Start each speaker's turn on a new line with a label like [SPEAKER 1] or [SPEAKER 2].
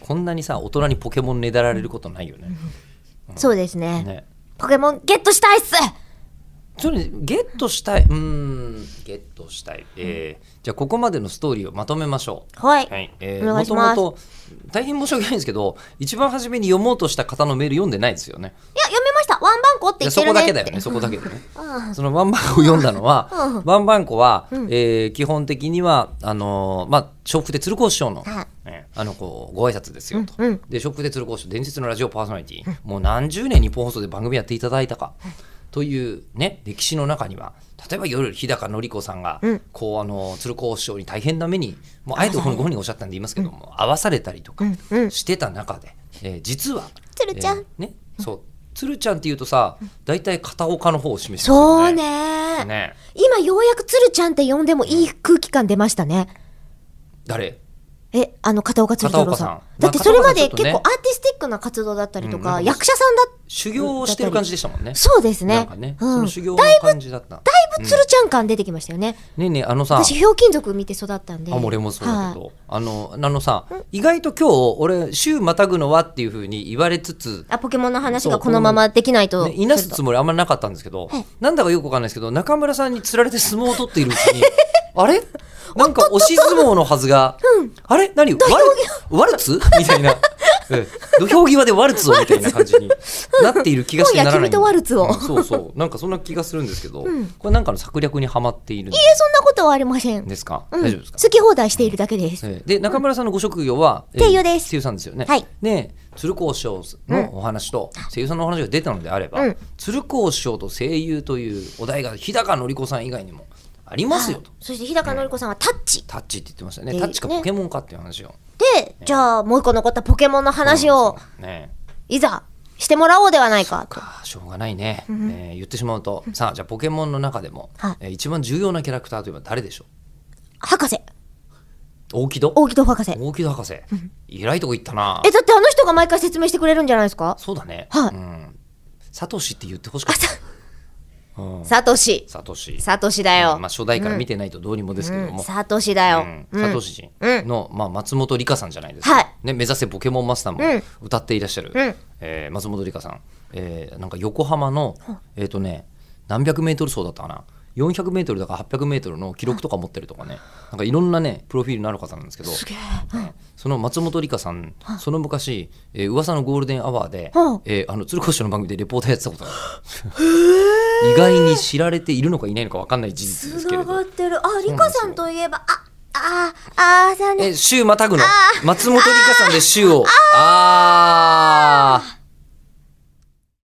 [SPEAKER 1] こんなにさ大人にポケモンねだられることないよね。
[SPEAKER 2] そうですね
[SPEAKER 1] ね
[SPEAKER 2] ポケモンゲットしたいっす
[SPEAKER 1] それゲットしたい。うーんゲットしたい。えーじゃあここまでのストーリーをまとめましょう。
[SPEAKER 2] はい、
[SPEAKER 1] はい、え
[SPEAKER 2] お願
[SPEAKER 1] も
[SPEAKER 2] いし
[SPEAKER 1] と
[SPEAKER 2] ま
[SPEAKER 1] も
[SPEAKER 2] すい
[SPEAKER 1] と大変申し訳ないんですけど一番初めに読もうとした方のメール読んでないですよね。
[SPEAKER 2] や読めましたワンバンコっ
[SPEAKER 1] い
[SPEAKER 2] て言
[SPEAKER 1] や
[SPEAKER 2] っ
[SPEAKER 1] そ
[SPEAKER 2] てる
[SPEAKER 1] こ
[SPEAKER 2] ね
[SPEAKER 1] だ
[SPEAKER 2] って
[SPEAKER 1] けだよねそこだけだよね。
[SPEAKER 2] うん
[SPEAKER 1] そのワンバンコを読んだのは、
[SPEAKER 2] うん
[SPEAKER 1] ワンバンコは、
[SPEAKER 2] うん
[SPEAKER 1] えー基本的にはあのーまあ笑福亭鶴光師匠の
[SPEAKER 2] はい、
[SPEAKER 1] えーあのこうご挨拶ですよと。
[SPEAKER 2] うんうん
[SPEAKER 1] で笑福亭鶴光師匠伝説のラジオパーソナリティ、もう何十年日本放送で番組やっていただいたか。というね歴史の中には例えば夜日高のり子さんが、
[SPEAKER 2] うん
[SPEAKER 1] こうあの鶴光師匠に大変な目にもうあえてご本人がおっしゃったんで言いますけども、合わされたりとか
[SPEAKER 2] うんうん
[SPEAKER 1] してた中で、えー実は
[SPEAKER 2] 鶴ちゃん
[SPEAKER 1] えーねそう鶴ちゃんっていうとさ大体片岡の方を示しますよ
[SPEAKER 2] そうね
[SPEAKER 1] ね
[SPEAKER 2] 今ようやく鶴ちゃんって呼んでもいい空気感出ましたね
[SPEAKER 1] 誰
[SPEAKER 2] えあの片岡鶴太郎さん
[SPEAKER 1] 片岡さん
[SPEAKER 2] だってそれま
[SPEAKER 1] まあ
[SPEAKER 2] で
[SPEAKER 1] 片岡ちょっと
[SPEAKER 2] 結
[SPEAKER 1] ね
[SPEAKER 2] 構アーティスティックな活動だったりと
[SPEAKER 1] うん
[SPEAKER 2] か、
[SPEAKER 1] うん
[SPEAKER 2] 役者さんだ
[SPEAKER 1] 修行をしてる感じでしたもんね。
[SPEAKER 2] そうです
[SPEAKER 1] なん
[SPEAKER 2] ね
[SPEAKER 1] かね、
[SPEAKER 2] う
[SPEAKER 1] そ
[SPEAKER 2] ん、
[SPEAKER 1] の
[SPEAKER 2] だい
[SPEAKER 1] 修行の感じだった。だい
[SPEAKER 2] ぶ鶴ちゃん感出てきましたよね、
[SPEAKER 1] ねえねえあのさ、
[SPEAKER 2] 私ひょうきん族見て育ったんで
[SPEAKER 1] あ俺もそうだけ
[SPEAKER 2] はい
[SPEAKER 1] ど、あのあのさ、意外と今日俺週またぐのはっていうふうに言われつつ。
[SPEAKER 2] あポケモンの話
[SPEAKER 1] そ
[SPEAKER 2] が
[SPEAKER 1] う
[SPEAKER 2] このままできないと、
[SPEAKER 1] ね、いなすつもりあんまりなかったんですけど、なんだかよくわかんないですけど中村さんに釣られて相撲を取っているうち にあれなんか押し相撲のはずが、あれ何ワルワルツみたいな、うん土俵際でワルツをみたいな感じになっている気がしてならない
[SPEAKER 2] もう焼き身とワルツを
[SPEAKER 1] うんそうそうなんかそんな気がするんですけど、これなんかの策略にはまっているん
[SPEAKER 2] えそんなことはありません、
[SPEAKER 1] ですか、
[SPEAKER 2] うん、
[SPEAKER 1] 大丈夫ですか
[SPEAKER 2] 好き放題しているだけです、
[SPEAKER 1] えーで中村さんのご職業は、えー
[SPEAKER 2] 声優です
[SPEAKER 1] 声優さんですよね。
[SPEAKER 2] はい
[SPEAKER 1] で鶴光師匠のお話と、声優さんのお話が出たのであれば、
[SPEAKER 2] うん
[SPEAKER 1] 鶴光師匠と声優というお題が日高のり子さん以外にもありますよと。
[SPEAKER 2] そして日高のり子さんはタッチ
[SPEAKER 1] タッチって言ってましたね。
[SPEAKER 2] で
[SPEAKER 1] タッチか
[SPEAKER 2] ね
[SPEAKER 1] ポケモンかっていう話を。
[SPEAKER 2] でじゃあもう一個残ったポケモンの話を
[SPEAKER 1] ねえ
[SPEAKER 2] いざしてもらおうではないかと
[SPEAKER 1] あーしょうがないね、えー言ってしまうと、さあじゃあポケモンの中でも、
[SPEAKER 2] はい
[SPEAKER 1] えー一番重要なキャラクターといえば誰でしょ
[SPEAKER 2] 博士
[SPEAKER 1] う大木戸
[SPEAKER 2] 大木戸博士
[SPEAKER 1] 大木戸博士。偉いとこ行ったな
[SPEAKER 2] え。だってあの人が毎回説明してくれるんじゃないですか
[SPEAKER 1] そうだね。
[SPEAKER 2] はい
[SPEAKER 1] うん。サトシって言ってほしか
[SPEAKER 2] あ
[SPEAKER 1] った。
[SPEAKER 2] さ
[SPEAKER 1] うん
[SPEAKER 2] サトシ
[SPEAKER 1] サトシ。
[SPEAKER 2] サトシだよ、
[SPEAKER 1] まあ、初代から見てないとどうにもですけど
[SPEAKER 2] うん
[SPEAKER 1] も、
[SPEAKER 2] サトシだよ、
[SPEAKER 1] うんサトシ人の、まあ、松本里香さんじゃないですか、
[SPEAKER 2] はい
[SPEAKER 1] ね、目指せポケモンマスター
[SPEAKER 2] うん
[SPEAKER 1] も歌っていらっしゃる、
[SPEAKER 2] うん
[SPEAKER 1] えー松本里香さん、えーなんか横浜の、えーとね、何百メートル走だったかな400メートルだか800メートルの記録とか持ってるとかねなんかいろんなねプロフィールのある方なんですけど
[SPEAKER 2] げえ
[SPEAKER 1] その松本里香さんその昔、えー噂のゴールデンアワーで
[SPEAKER 2] はあ、
[SPEAKER 1] えーあの鶴子師匠の番組でレポーターやってたことがある意外に知られているのかいないのか分かんない事実です
[SPEAKER 2] つ
[SPEAKER 1] けれ
[SPEAKER 2] な
[SPEAKER 1] ど
[SPEAKER 2] がってるあリカさんといえばああああーさんね
[SPEAKER 1] え、週またぐの。松本里香さんで週を。あ